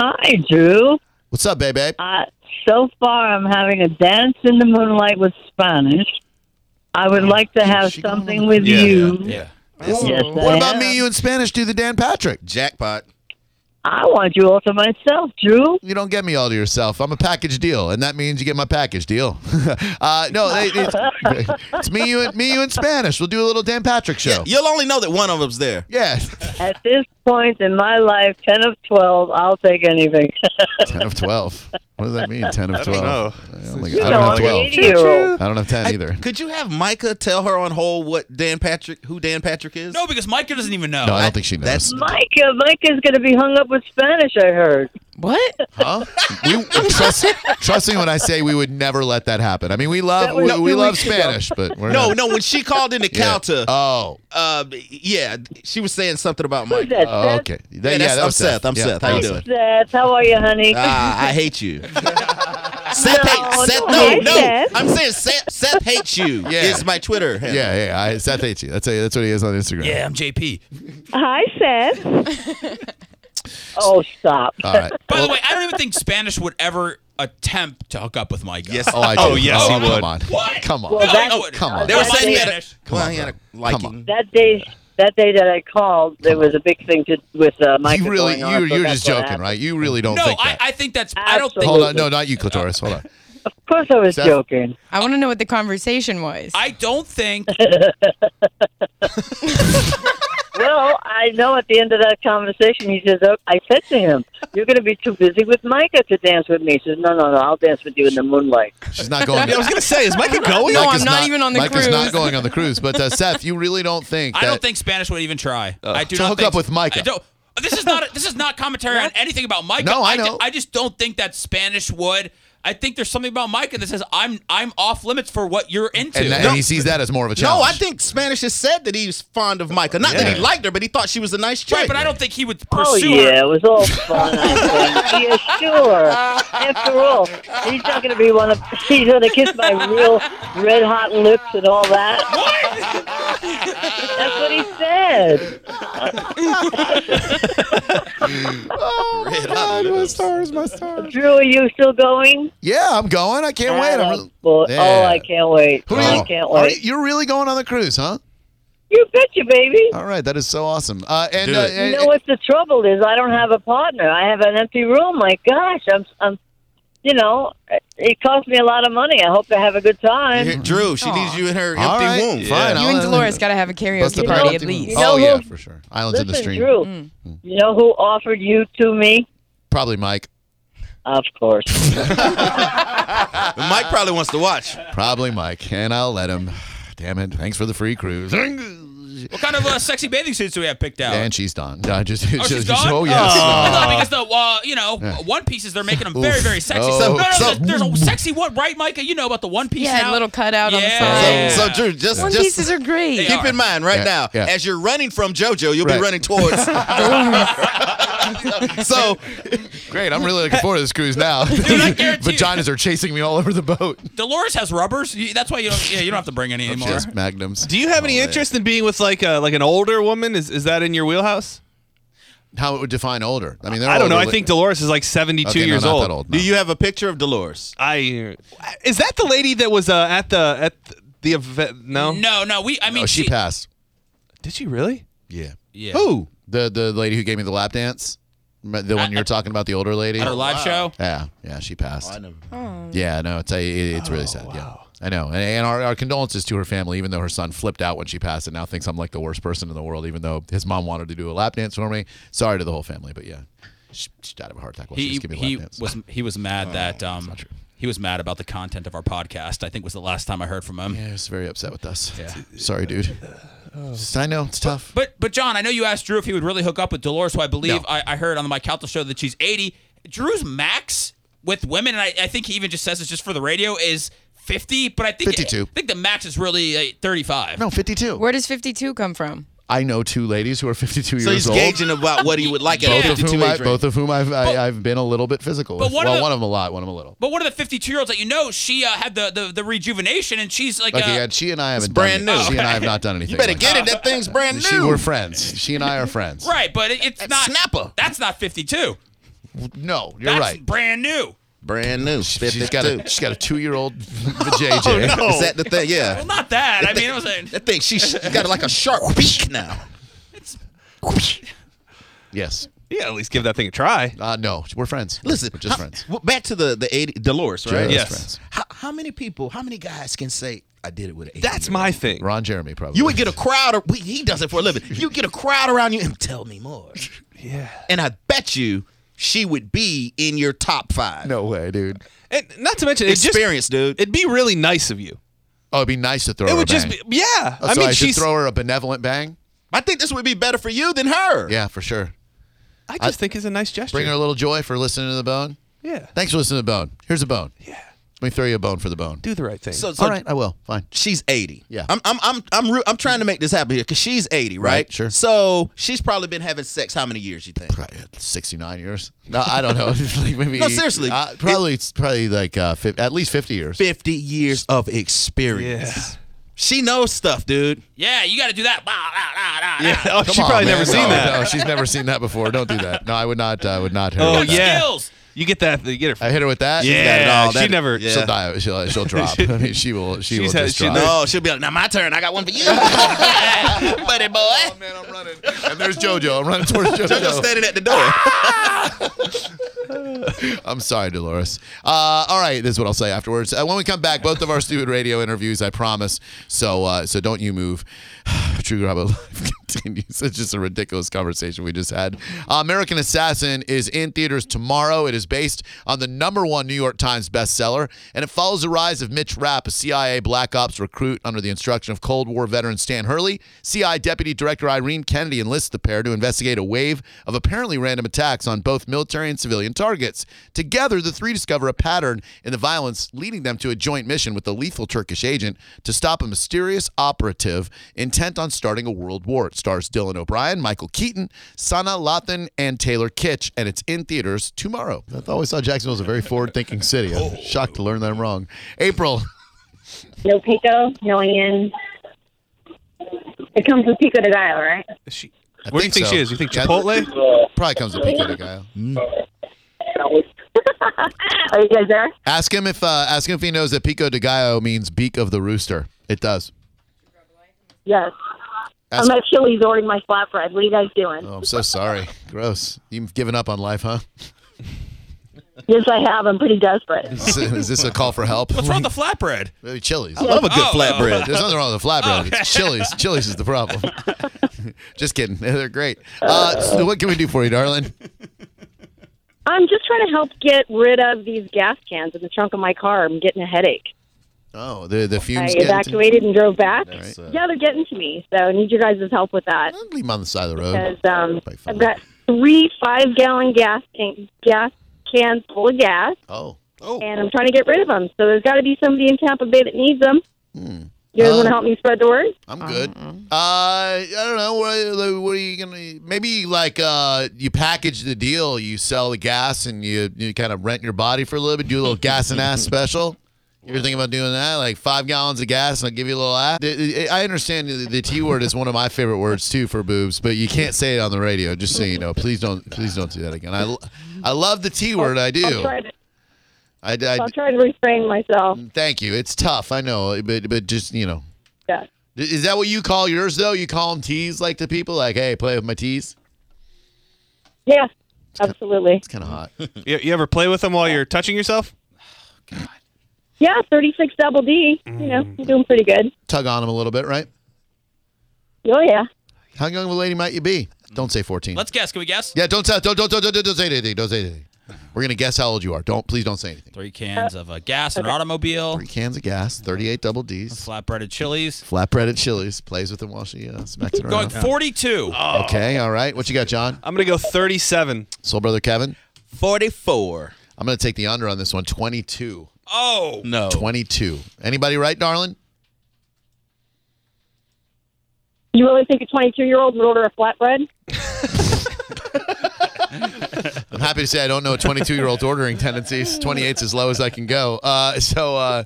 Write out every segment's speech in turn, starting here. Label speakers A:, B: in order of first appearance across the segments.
A: Hi, Drew.
B: What's up, baby?
A: Uh, so far, I'm having a dance in the moonlight with Spanish. I would like to have
B: She going
A: something
B: on-
A: with
C: Yeah,
A: you.
C: yeah,
A: Yes, I
B: What about
A: am.
B: me, you, and Spanish do the Dan Patrick?
C: Jackpot.
A: I want you all to myself, Drew.
B: You don't get me all to yourself. I'm a package deal, and that means you get my package deal. uh, no, it- it's, it's me, you, and me, you, and Spanish. We'll do a little Dan Patrick show.
C: You'll only know that one of them's there.
B: Yeah,
A: At this point in my life, 10 of 12, I'll take anything.
B: ten of twelve. What does that mean? Ten of
C: don't
B: twelve.
C: know.
B: I don't, think-
A: you
B: I
A: know,
B: don't have
A: I'm an
B: twelve.
A: 80 year old.
B: I don't have ten
C: I-
B: either.
C: could you have Micah tell her on hold what Dan Patrick, who Dan Patrick is?
D: No, because Micah doesn't even know.
B: No, I don't think she
C: That's-
B: knows.
A: Micah, Micah's going to be hung up with Spanish, I heard.
E: What?
B: Huh? We, trust, trust me when I say we would never let that happen. I mean, we love
A: That was
B: we,
A: two
B: we love
A: weeks ago.
B: Spanish, but we're
C: no,
B: not-
C: no. When she called into
B: Yeah.
C: Calta,
B: Oh,
C: uh, yeah, she was saying something about
A: Who's
C: Micah.
A: that?
B: oh,
A: Seth?
B: okay. That-
C: Yeah, that's-
B: that was
C: I'm Seth. I'm
B: Yeah,
C: Seth. How you
B: that was
C: doing?
B: Seth.
A: Seth, how are you, honey?
C: Ah, I hate you. Seth
A: No,
C: hates Seth.
A: don't
C: No,
A: hate
C: no.
A: Seth.
C: I'm saying Seth, Seth hates you.
B: Yeah.
C: Is my Twitter. handle.
B: Yeah, yeah. I, Seth hates you. That's a, that's what he is on Instagram.
D: Yeah, I'm JP.
F: Hi, Seth.
A: Oh, stop.
B: All right.
D: By the way, I don't even think Spanish would ever attempt to hook up with Micah.
C: Yes.
B: Oh, I do.
C: Oh, yes, he
B: come
C: would.
B: on.
D: What?
B: Come on.
A: Well,
D: No,
A: that,
D: no,
B: come on.
D: They were
A: that
D: saying
A: day-
D: that at-
C: Come on, he had a liking.
B: Come
A: that day that day that I called, there was a big thing to with uh, Mike.
B: you really, you, you're just joking, right? You really don't
D: No,
B: think
D: I,
B: that.
D: I think that's. I don't think.
B: Hold on. No, not you, Clitoris. Hold on.
A: Of course, I was
B: Seth?
A: joking.
E: I want to know what the conversation was.
D: I don't think.
A: Well, I know at the end of that conversation, he says, oh, "I said to him, you're going to be too busy with Micah to dance with me." He says, "No, no, no, I'll dance with you in the moonlight."
B: She's not going.
C: Yeah, I was gonna say, is Micah going?
E: No,
B: Mike
E: I'm
B: is
E: not even on the
B: Mike is
E: cruise.
B: not going on the cruise. But uh, Seth, you really don't think.
D: I
B: that-
D: don't think Spanish would even try. I do
B: to
D: not
B: hook
D: think-
B: up with Micah.
D: I don't- this is not. This is not commentary on anything about Micah.
B: No, I
D: ju-
B: know.
D: I just don't think that Spanish would. I think there's something about Micah that says I'm I'm off limits for what you're into.
B: And, that- and he sees that as more of a challenge.
C: No, I think Spanish has said that he's fond of Micah. Not that
B: Yeah.
C: he liked her, but he thought she was a nice chick.
D: right, but I don't think he would
A: Oh
D: pursue her.
A: yeah, it was all fun. I think. yeah, sure. After all, he's not going to be one of. He's going to kiss my real red hot lips and all that. That's what he said.
D: Oh,
C: Red hot lips.
B: stars, Oh, my stars.
A: Drew, are you still going?
B: Yeah, I'm going. I can't wait. I'm really,
A: Boy- Oh,
B: Yeah.
A: I can't wait.
B: Who are
A: I
B: you-
A: can't
B: are
A: wait.
B: you- You're really going on the cruise, huh?
A: You betcha, baby.
B: All right, that is so awesome. Uh, and
C: Do
B: uh,
C: it.
A: You know what the trouble is? I don't have a partner. I have an empty room. My gosh, I'm, I'm, you know, it cost me a lot of money. I hope I have a good time.
C: Here, Drew, she
E: Aw.
C: needs you in her
B: All
C: empty
B: right,
C: womb.
B: fine.
E: you
B: I'll-
E: and Dolores got to have a
B: Bust
E: karaoke
B: the
E: party
B: party
E: at least.
A: You know
B: oh yeah,
A: who-
B: for sure. Islands in the
A: Listen,
B: stream.
A: Drew.
E: Mm.
A: You know who offered you to me?
B: Probably Mike.
A: Of course.
C: But Mike probably wants to watch.
B: Probably Mike. And I'll let him. Damn it! Thanks for the free cruise.
D: What kind of uh, sexy bathing suits do we have picked out?
B: And she's done. No, I just,
D: Oh, she's
B: just-
D: gone?
B: oh yes.
D: I
B: No.
D: thought because the uh, you know
B: Yeah.
D: one pieces they're making them very very sexy.
B: Oh.
D: no, no,
C: So-
D: there's- there's, a sexy one, right, Micah? You know about the one piece
E: Yeah,
D: now.
E: a little cutout on the
D: Yeah.
E: side.
C: So, so Drew, just
E: One
C: just
E: pieces are great.
D: They
C: keep in mind right
B: Yeah,
C: now,
B: yeah.
C: as you're running from JoJo, you'll
B: Right.
C: be running towards. so
B: Great. I'm really looking forward to this cruise now.
D: I guarantee you-
B: Vaginas are chasing me all over the boat.
D: Dolores has rubbers. You- That's why you don't. Yeah, you don't have to bring
B: Oh,
D: any anymore.
B: Just magnums.
G: Do you have any
B: Oh, yeah.
G: interest in being with like a, like an older woman? Is is that in your wheelhouse?
B: How it would define older? I mean, they're
G: I don't know.
B: older,
G: I
B: but-
G: think Dolores is like seventy-two
B: Oh, Okay, no,
G: years
B: not
G: old.
B: That old.
C: do
B: no.
C: you have a picture of Dolores?
G: I is that the lady that was uh, at the at the event? No,
D: No, no. We. I mean,
B: oh, she,
D: she.
B: passed.
G: did she really?
B: Yeah.
D: yeah.
B: Who? The the lady who gave me the lap dance. The one you're talking about, the older lady.
D: At her live show.
B: Yeah, yeah, she passed.
C: never-
B: Yeah, no, it's it, it's really sad. Yeah, I know. And, and our, our condolences to her family, even though her son flipped out when she passed and now thinks I'm like the worst person in the world, even though his mom wanted to do a lap dance for me. Sorry to the whole family, but yeah, she, she died of a heart attack while she
D: He,
B: was giving me Oh, a
D: he
B: lap dance.
D: was he was mad that um he was mad about the content of our podcast. I think was the last time I heard from him.
B: yeah, he was very upset with us. Sorry, dude. I know, it's tough.
D: But but John, I know you asked Drew if he would really hook up with Dolores, who I believe
B: No.
D: I, I heard on the Mike Calta show that she's 80. Drew's max with women, and I, I think he even just says it's just for the radio, is 50, but I think
B: 52.
D: I think the max is really like, 35.
B: No, 52.
E: Where does 52 come from?
B: I know two ladies who are 52
C: So
B: years
C: he's
B: old.
C: gauging about what he would like at
D: Both
C: a
B: both,
D: of
B: of
C: 52
B: whom I,
C: age range.
B: both of whom I've, I, I've been a little bit physical
D: But
B: with.
D: one of
B: well,
D: the-
B: one of them a lot, one of them a little.
D: But one of the 52 year olds that you know, she uh, had the, the, the rejuvenation, and she's like,
B: Like,
D: uh,
B: yeah, she and I haven't
C: brand
B: done,
C: new.
B: She and I have not done anything.
C: You better
B: like
C: get
B: that.
C: it. That thing's brand new.
B: She, we're friends. She and I are friends.
D: right, but it, it's not.
C: snapper.
D: That's not 52.
B: No, you're
D: that's
B: right.
D: brand new.
C: Brand new. Oh,
B: She's got
C: 52.
B: a she's got a two year old JJ.
C: Is that the thing? Yeah.
D: Well, not that. I mean, it was a,
C: That thing, she's got like a sharp beak now.
B: Yes.
G: Yeah, at least give that thing a try.
B: Uh, no, we're friends.
C: Listen,
B: we're just
C: how-
B: friends.
C: w- Back to the the 80, Dolores, right?
B: Just
G: Yes.
B: friends.
C: How, how many people? How many guys can say I did it with an 80
G: That's
C: year
G: my
C: old?"
G: thing.
B: Ron Jeremy probably.
C: You would get a crowd. Or, he does it for a living. You get a crowd around you and tell me more.
G: Yeah.
C: And I bet you she would be in your top five.
B: no way, dude.
G: And not to mention, it just-
C: Experience, dude.
G: It'd be really nice of you.
B: Oh, it'd be nice to throw.
G: It
B: her
G: would
B: a
G: just
B: bang.
G: be, yeah.
B: Oh,
G: I
B: so
G: mean,
B: I should
G: she's.
B: throw her a benevolent bang.
C: I think this would be better for you than her.
B: Yeah, for sure.
G: I just think it's a nice gesture.
B: Bring her a little joy for listening to the bone.
G: yeah.
B: Thanks for listening to the bone. Here's a bone.
G: Yeah.
B: Let me throw you a bone for the bone.
G: Do the right thing.
C: So, so
B: All right, I will. oh, Fine.
C: she's 80.
B: Yeah.
C: I'm I'm I'm I'm, re- I'm trying to make this happen here cuz she's 80, right?
B: Right, sure.
C: So, she's probably been having sex how many years you think?
B: Sixty nine years. No, I don't know. like maybe,
C: No, seriously.
B: Uh, probably it's probably like uh, fif- at least fifty years.
C: 50 years of experience.
G: yeah.
C: She knows stuff, dude.
D: yeah, you got to do that. Bah, bah, bah, bah.
G: Yeah. Oh,
B: Come
G: she
B: on,
G: probably
B: man.
G: never seen
B: No,
G: that.
B: No, she's never seen that before. Don't do that. No, I would not. I would not hit her.
G: Oh
B: with that.
G: yeah.
D: Skills.
G: You get that. You get her.
B: I hit her with that.
G: yeah.
B: she's got it all.
G: She
B: That-
G: never.
C: yeah.
B: She'll die. She'll, she'll drop. I mean, she will. She
G: She's
B: will
G: had-
B: just
G: she
B: drop. Oh,
G: knows-
C: No, Oh, she'll be like, "Now my turn. I got one for you." Buddy boy.
B: man, I'm running. And there's JoJo. I'm running towards JoJo.
C: Just standing at the door.
B: I'm sorry, Dolores. Uh, all right, this is what I'll say afterwards. Uh, when we come back, both of our stupid radio interviews, I promise. So, uh, so don't you move. True Grabo Live continues. It's just a ridiculous conversation we just had. Uh, American Assassin is in theaters tomorrow. It is based on the number one New York Times bestseller, and it follows the rise of Mitch Rapp, a CIA black ops recruit under the instruction of Cold War veteran Stan Hurley. CI Deputy Director Irene Kennedy enlists the pair to investigate a wave of apparently random attacks on both military and civilian targets. Together, the three discover a pattern in the violence, leading them to a joint mission with a lethal Turkish agent to stop a mysterious operative intent on starting a world war. It stars Dylan O'Brien, Michael Keaton, Sana Lathan, and Taylor Kitsch, and it's in theaters tomorrow. I always thought Jacksonville was a very forward thinking city. I'm shocked to learn that I'm wrong. April.
A: No pico, no in. It comes with pico de gallo, right?
G: She,
B: I
G: where do you think
B: so.
G: she is? You think
B: Yeah,
G: Chipotle?
B: Probably comes to Pico de Gallo.
A: Are you guys there?
B: Ask him if uh, ask him if he knows that Pico de Gallo means beak of the rooster. It does.
A: Yes.
B: Ask-
A: I'm at Chili's ordering my flatbread. What are you guys doing?
B: oh, I'm so sorry. Gross. You've given up on life, huh?
A: Yes, I have. I'm pretty desperate.
B: Is, is this a call for help?
D: What's wrong with the flatbread?
B: Maybe Chili's.
C: Love a good
D: Oh.
C: flatbread.
B: There's nothing wrong with the flatbread. It's Chili's. Chili's is the problem. Just kidding. They're great. Uh, so what can we do for you, darling?
A: I'm just trying to help get rid of these gas cans in the trunk of my car. I'm getting a headache.
B: Oh, the the
A: I
B: fumes. get into-
A: evacuated and drove back.
B: That's, uh,
A: Yeah, they're getting to me. So I need your guys' help with that.
B: Leave them on the side of the road.
A: Because um,
B: Probably fine.
A: I've got three five gallon gas tank, gas cans full of gas,
B: Oh,
A: and I'm trying to get rid of them. So there's got to be somebody in Tampa Bay that needs them.
B: Hmm.
A: You guys want
B: Um,
A: to help me spread the word?
B: I'm good. Uh, I don't know. What are, what are you gonna? Maybe like uh, you package the deal. You sell the gas and you you kind of rent your body for a little bit. Do a little gas and ass special. You're thinking about doing that, like five gallons of gas, and I'll give you a little ass. The- I understand the, the T word is one of my favorite words too for boobs, but you can't say it on the radio. Just so you know, please don't, please don't do that again. I, l- I love the T word. I Hmm.
A: I'll
B: do.
A: try to,
B: I, I-
A: I'll try to restrain myself.
B: thank you. It's tough. I know, but but just you know,
A: Yeah.
B: is that what you call yours though? You call them tees, like to people, like, "Hey, play with my tees."
A: Yeah, absolutely.
B: It's kind of hot.
D: Mm-hmm.
G: You, you ever play with them
B: Oh.
G: while you're touching yourself?
A: Yeah, 36 double D. You know, I'm doing pretty good.
B: Tug on them a little bit, right?
A: Oh, yeah.
B: How young of a lady might you be? Don't say 14
D: Mm-hmm. Let's guess. Can we guess?
B: yeah, don't tell. Don't don't don't don't, don't say anything. Don't say anything. We're gonna guess how old you are. Don't please don't say anything.
D: Three cans of uh, gas in an automobile,
B: Three cans of gas, thirty-eight double D's,
D: flatbread at Chili's.
B: flatbread at Chili's. Plays with them while she uh, smacks it
D: Going
B: around.
D: 42.
B: Okay, all right. What you got, John?
G: I'm gonna go 37.
B: Soul brother Kevin.
C: 44.
B: I'm going to take the under on this one 22.
D: Oh,
C: No.
B: 22. Anybody right, darling?
A: You really think a 22 year old would order a flatbread?
B: I'm happy to say I don't know 22 year old ordering tendencies. 28's as low as I can go. Uh, so, uh,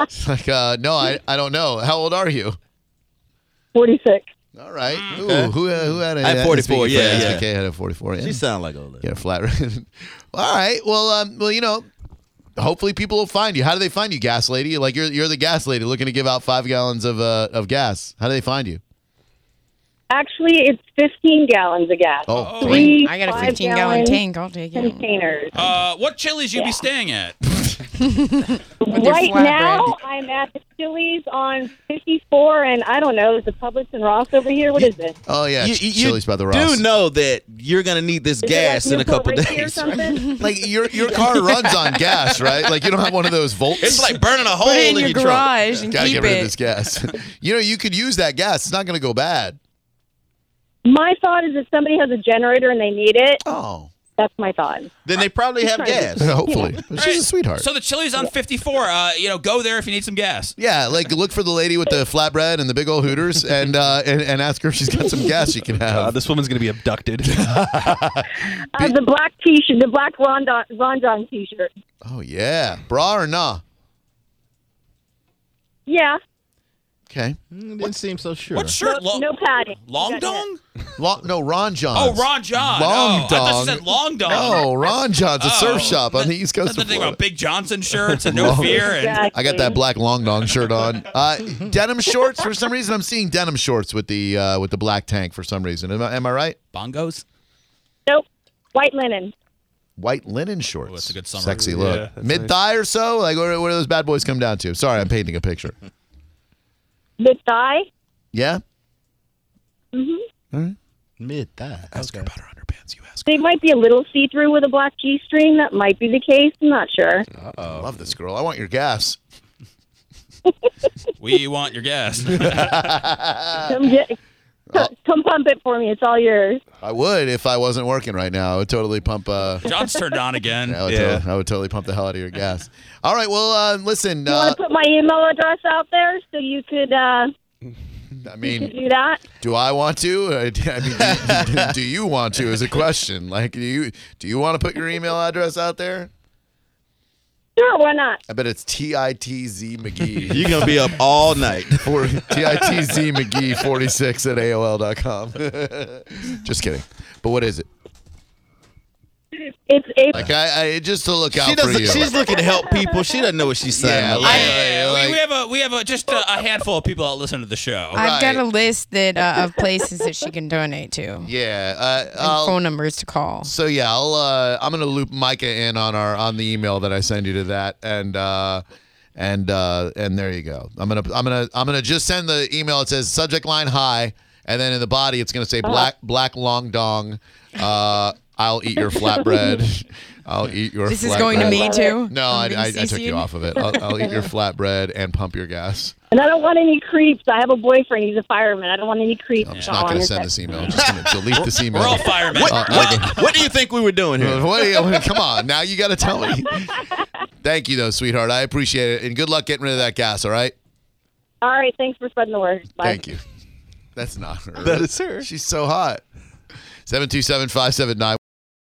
B: it's like, uh, no, I, I don't know. How old are you?
A: 46.
B: All right. Ooh, who, uh, who had a,
C: Mm, I had 44,
B: speaking for
C: yeah,
B: SBK had a 44. Yeah.
C: She sound like Ola.
B: Get a flat rate. All right. Well, um, well, you know, hopefully people will find you. How do they find you, gas lady? Like you're you're the gas lady looking to give out five gallons of uh, of gas. How do they find you?
A: Actually, it's 15 gallons of gas.
B: Oh,
A: Three
E: I got a
A: five
E: 15
A: gallon
E: gallon tank. I'll take it.
A: Containers.
D: uh, what Chili's you be staying at?
E: With your
A: right
E: flatbread.
A: now, I'm at the Chili's on 54, and I don't know, is the Publix and Ross over here? What is this?
B: oh yeah,
C: You,
B: Ch-
C: you
B: Chili's by the Ross.
C: do know that you're gonna need this
A: Is it
C: gas
A: like
C: in a
A: Newport
C: couple
A: Richie Or
C: days. right?
A: something?
B: like your your car runs on gas, right? Like you don't have one of those volts.
C: It's like burning a hole
E: Put it in your
C: trunk.
E: garage and
B: Gotta get
E: keep
B: rid of this
E: it.
B: gas. you know, you could use that gas. It's not going to go bad.
A: My thought is if somebody has a generator and they need it,
B: Oh,
A: that's my thought.
C: Then they probably have gas.
B: hopefully. But She's a sweetheart.
D: So the Chili's on 54. Uh, you know, go there if you need some gas.
B: Yeah, like look for the lady with the flatbread and the big old hooters, and uh, and, and ask her if she's got some gas she can
G: Uh,
B: have.
G: this woman's gonna be abducted.
A: Uh, the black T-shirt, the black Ron Don, Ron Don T-shirt.
B: Oh yeah, bra or nah?
A: Yeah,
B: Okay.
C: Mm, Didn't seem so sure.
D: What shirt? Lo-
A: no padding.
D: Long
A: That's it.
D: Dong?
B: Long, no, Ron John.
D: Oh, Ron John.
B: Long
D: oh, I thought
B: Dong.
D: you said Long Dong.
B: No, Ron John's a surf
D: Oh.
B: shop on the East
D: That's
B: Coast
D: the
B: of
D: thing
B: Florida.
D: about Big Johnson shirts and No Fear. And,
A: Exactly.
B: I got that black long dong shirt on. Uh, denim shorts. For some reason, I'm seeing denim shorts with the uh, with the black tank. For some reason, am I, am I right?
D: Bongos?
A: Nope, white linen.
B: White linen shorts.
D: that's a good summary.
B: Sexy
G: Yeah,
B: look.
G: that's
B: Mid thigh or so. Like what, do- what do those bad boys come down to? Sorry, I'm painting a picture.
A: Mid thigh.
B: Yeah.
C: Mid thigh. Okay.
B: About her underpants. You ask.
A: They might be a little see-through with a black G-string. That might be the case. I'm not sure.
B: I love this girl. I want your gas.
D: We want your gas.
B: Uh,
A: Come
B: oh.
A: get, come pump it for me. It's all yours.
B: I would if I wasn't working right now. I would totally pump. Uh,
D: John's turned on again.
B: I would,
G: Yeah.
B: totally, I would totally pump the hell out of your gas. All right. Well, uh, listen.
A: You
B: Uh,
A: want to put my email address out there so you could uh,
B: I
A: could
B: mean,
A: do that?
B: do I want to? I mean, do, do you want to? Is a question. Like, do you do you want to put your email address out there?
A: Sure, why not?
B: I bet it's T I T Z McGee.
C: You're gonna be up all night.
B: Or T I T Z McGee 46 at AOL.com. Just kidding. But what is it?
A: It's a
B: Like, I, I just to look out
C: She
B: for
C: doesn't.
B: you.
C: She's looking to help people. She doesn't know what she's saying.
B: Yeah,
D: I-
B: like- Yeah,
D: we-
B: like-
D: we, have a we have a just a, a handful of people that listen to the show.
E: I've got
B: Right.
E: a list that uh, of places that she can donate to.
B: yeah. Uh,
E: and
B: I'll-
E: phone numbers to call.
B: So yeah, I'll uh, I'm gonna loop Micah in on our on the email that I send you to that and uh, and uh, and there you go. I'm gonna I'm gonna I'm gonna just send the email. It says subject line hi, and then in the body it's gonna say black black long dong. Uh, I'll eat your flatbread. I'll eat your.
E: This is going to
B: flatbread.
E: me too.
B: No, I,
E: I'm being
B: I, I took
E: CC'd.
B: you off of it. I'll, I'll eat your flatbread and pump your gas.
A: and I don't want any creeps. I have a boyfriend. He's a fireman. I don't want any creeps.
B: I'm just not going to send this email. I'm just going to delete this email.
D: We're all firemen.
B: Uh, okay.
C: What do you think we were doing
B: Uh,
C: here?
B: what do you- come on, now you got to tell me. Thank you, though, sweetheart. I appreciate it, and good luck getting rid of that gas. All right.
A: All right, thanks for spreading the word. Bye.
B: e- Thank you. That's not her.
C: That is her.
B: She's so hot. Seven two seven five seven nine.